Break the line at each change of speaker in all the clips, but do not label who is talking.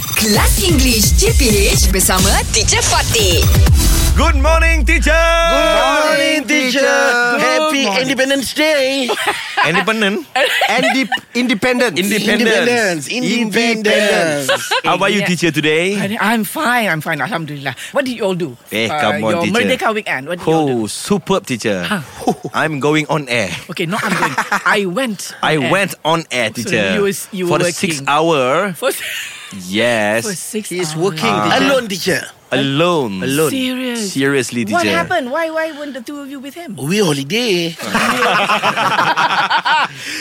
Kelas English CPH bersama Teacher Fatih.
Good morning, teacher.
Morning teacher Happy Independence Day
Independent.
Indip- Independence
Independence.
Independence Independence
How about you, teacher, today?
I'm fine, I'm fine, Alhamdulillah. What did you all do? Uh,
Eh, come on,
your
teacher.
Merdeka weekend, what did you all do?
Oh, superb, teacher. I'm going on air.
Okay, no, I'm going. I went.
I
on air.
went on air, teacher.
you was- you
for the
working.
six hour.
For,
Yes.
for six
He's
hours.
working teacher. Ah. Alone teacher
alone.
Alone.
Serious.
Seriously, teacher.
What happened? Why why weren't the two of you with him?
We holiday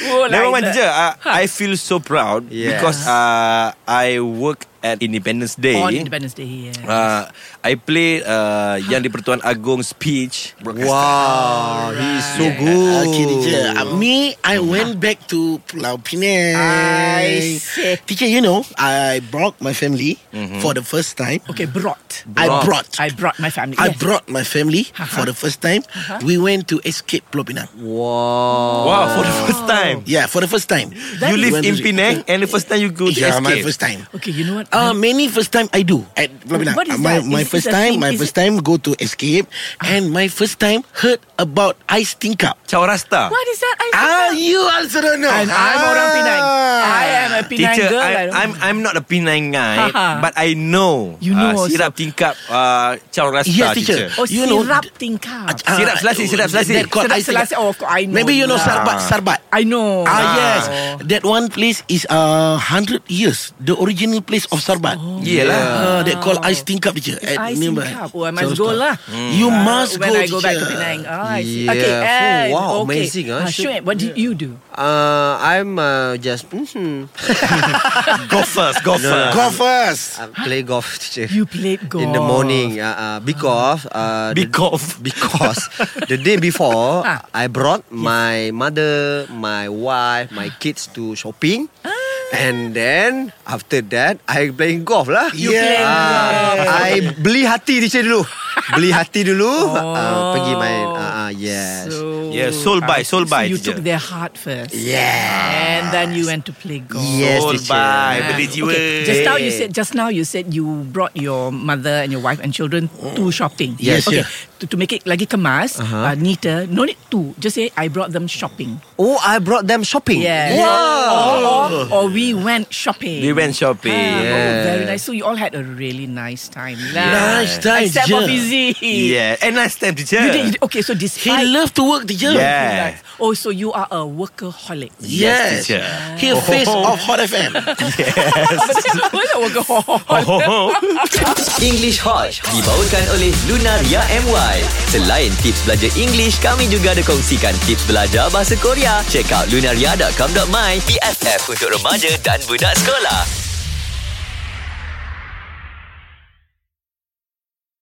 Oh, like
Never mind,
that.
teacher. I, I feel so proud
Yes.
because uh, I work at Independence Day.
On Independence Day, yeah.
Uh, I played uh, Yang di-Pertuan Agong speech.
Wow He's so good Okay teacher uh, Me I went back to Pulau Pinang
I see.
Teacher you know I brought my family For the first time
Okay, brought.
I Uh-huh.
Brought.
Mm-hmm. brought
I brought my family.
I
yes.
brought my family for the first time. We went to escape Pulau Pinang.
Wow, for the first time.
Yeah, for the first time.
you
We
live
went
in
to-
Penang and the first time you go to
Yeah,
escape.
my first time.
Okay, you know what?
Uh, many first time I do at Pulau Pinang.
What is
my
that?
my
Is it Uh-huh.
first
a
time,
thing?
my
Is
first time go to escape, and my first time heard about ice think up.
Chow Rasta.
what is that? I
Ah, you also don't know.
and I'm orang Penang.
Ah.
I am a Penang
Teacher,
girl.
I,
don't
I'm
know.
I'm not a Penang guy,
Haha.
but I know.
You know
uh,
also.
sirap tingkap uh, Chow Rasta.
Yes, teacher.
Oh,
you know-
sirap tingkap.
Ah,
Sirap Selasih, Sirap Selasih.
that called
Sedap
Ice Tingkap.
Selasih, oh, of course, I know
Maybe you know
lah.
Sarbat, Sarbat.
I know.
Ah, yes, that one place is uh hundred years. The original place of Sarbat.
Oh.
Yelah.
Uh, that called Ice Tingkap teacher. At
I
nearby.
Singkap. Oh, I must
Sarbat.
go lah.
You
Uh,
must
when
go.
I go back to
teacher.
Penang. Oh, I see.
Yeah.
Okay,
Oh,
and,
wow,
okay.
amazing, huh?
Ah, Shuib, what did you do?
Uh, I'm uh, just mm-hmm.
Go first, go first.
Go first.
I play golf teacher.
You played golf.
in the morning uh, uh, because uh, the-
Because.
because the day before
Ah.
I brought my mother, my wife, my kids to shopping.
Ah.
And then after that I playing golf lah.
You playing
Ah, I beli hati teacher dulu. beli hati dulu
Oh.
uh, pergi main. Uh, uh, yes.
So,
Yeah, soul buy,
ah,
soul
so
buy,
You
teacher.
took their heart first.
yeah.
And then you went to play golf.
Yes,
Soul
teacher.
buy,
Ah,
beli jiwa.
okay. Just now you said just now you said you brought your mother and your wife and children to shopping.
Yes,
Okay.
yeah.
To, to make it lagi kemas, uh neater. No need to. Just say I brought them shopping.
Oh, I brought them shopping.
Yeah.
Wow.
Or, or, or we went shopping.
We went shopping.
Ah,
Yeah.
Oh, very nice. So you all had a really nice time. lah.
Nice time,
Except for
teacher.
busy.
Yeah, and nice time, teacher.
You did, you did- okay, so
He
despite
love to work teacher.
Yeah.
Nice. Oh, so you are a workaholic.
Yes.
teacher. Oh.
He a face of Hot FM.
What's a workaholic?
English Hot dibawakan oleh Lunaria MY. Selain tips belajar English, kami juga ada kongsikan tips belajar bahasa Korea. Check out lunaria.com.my, PFF untuk remaja dan budak sekolah.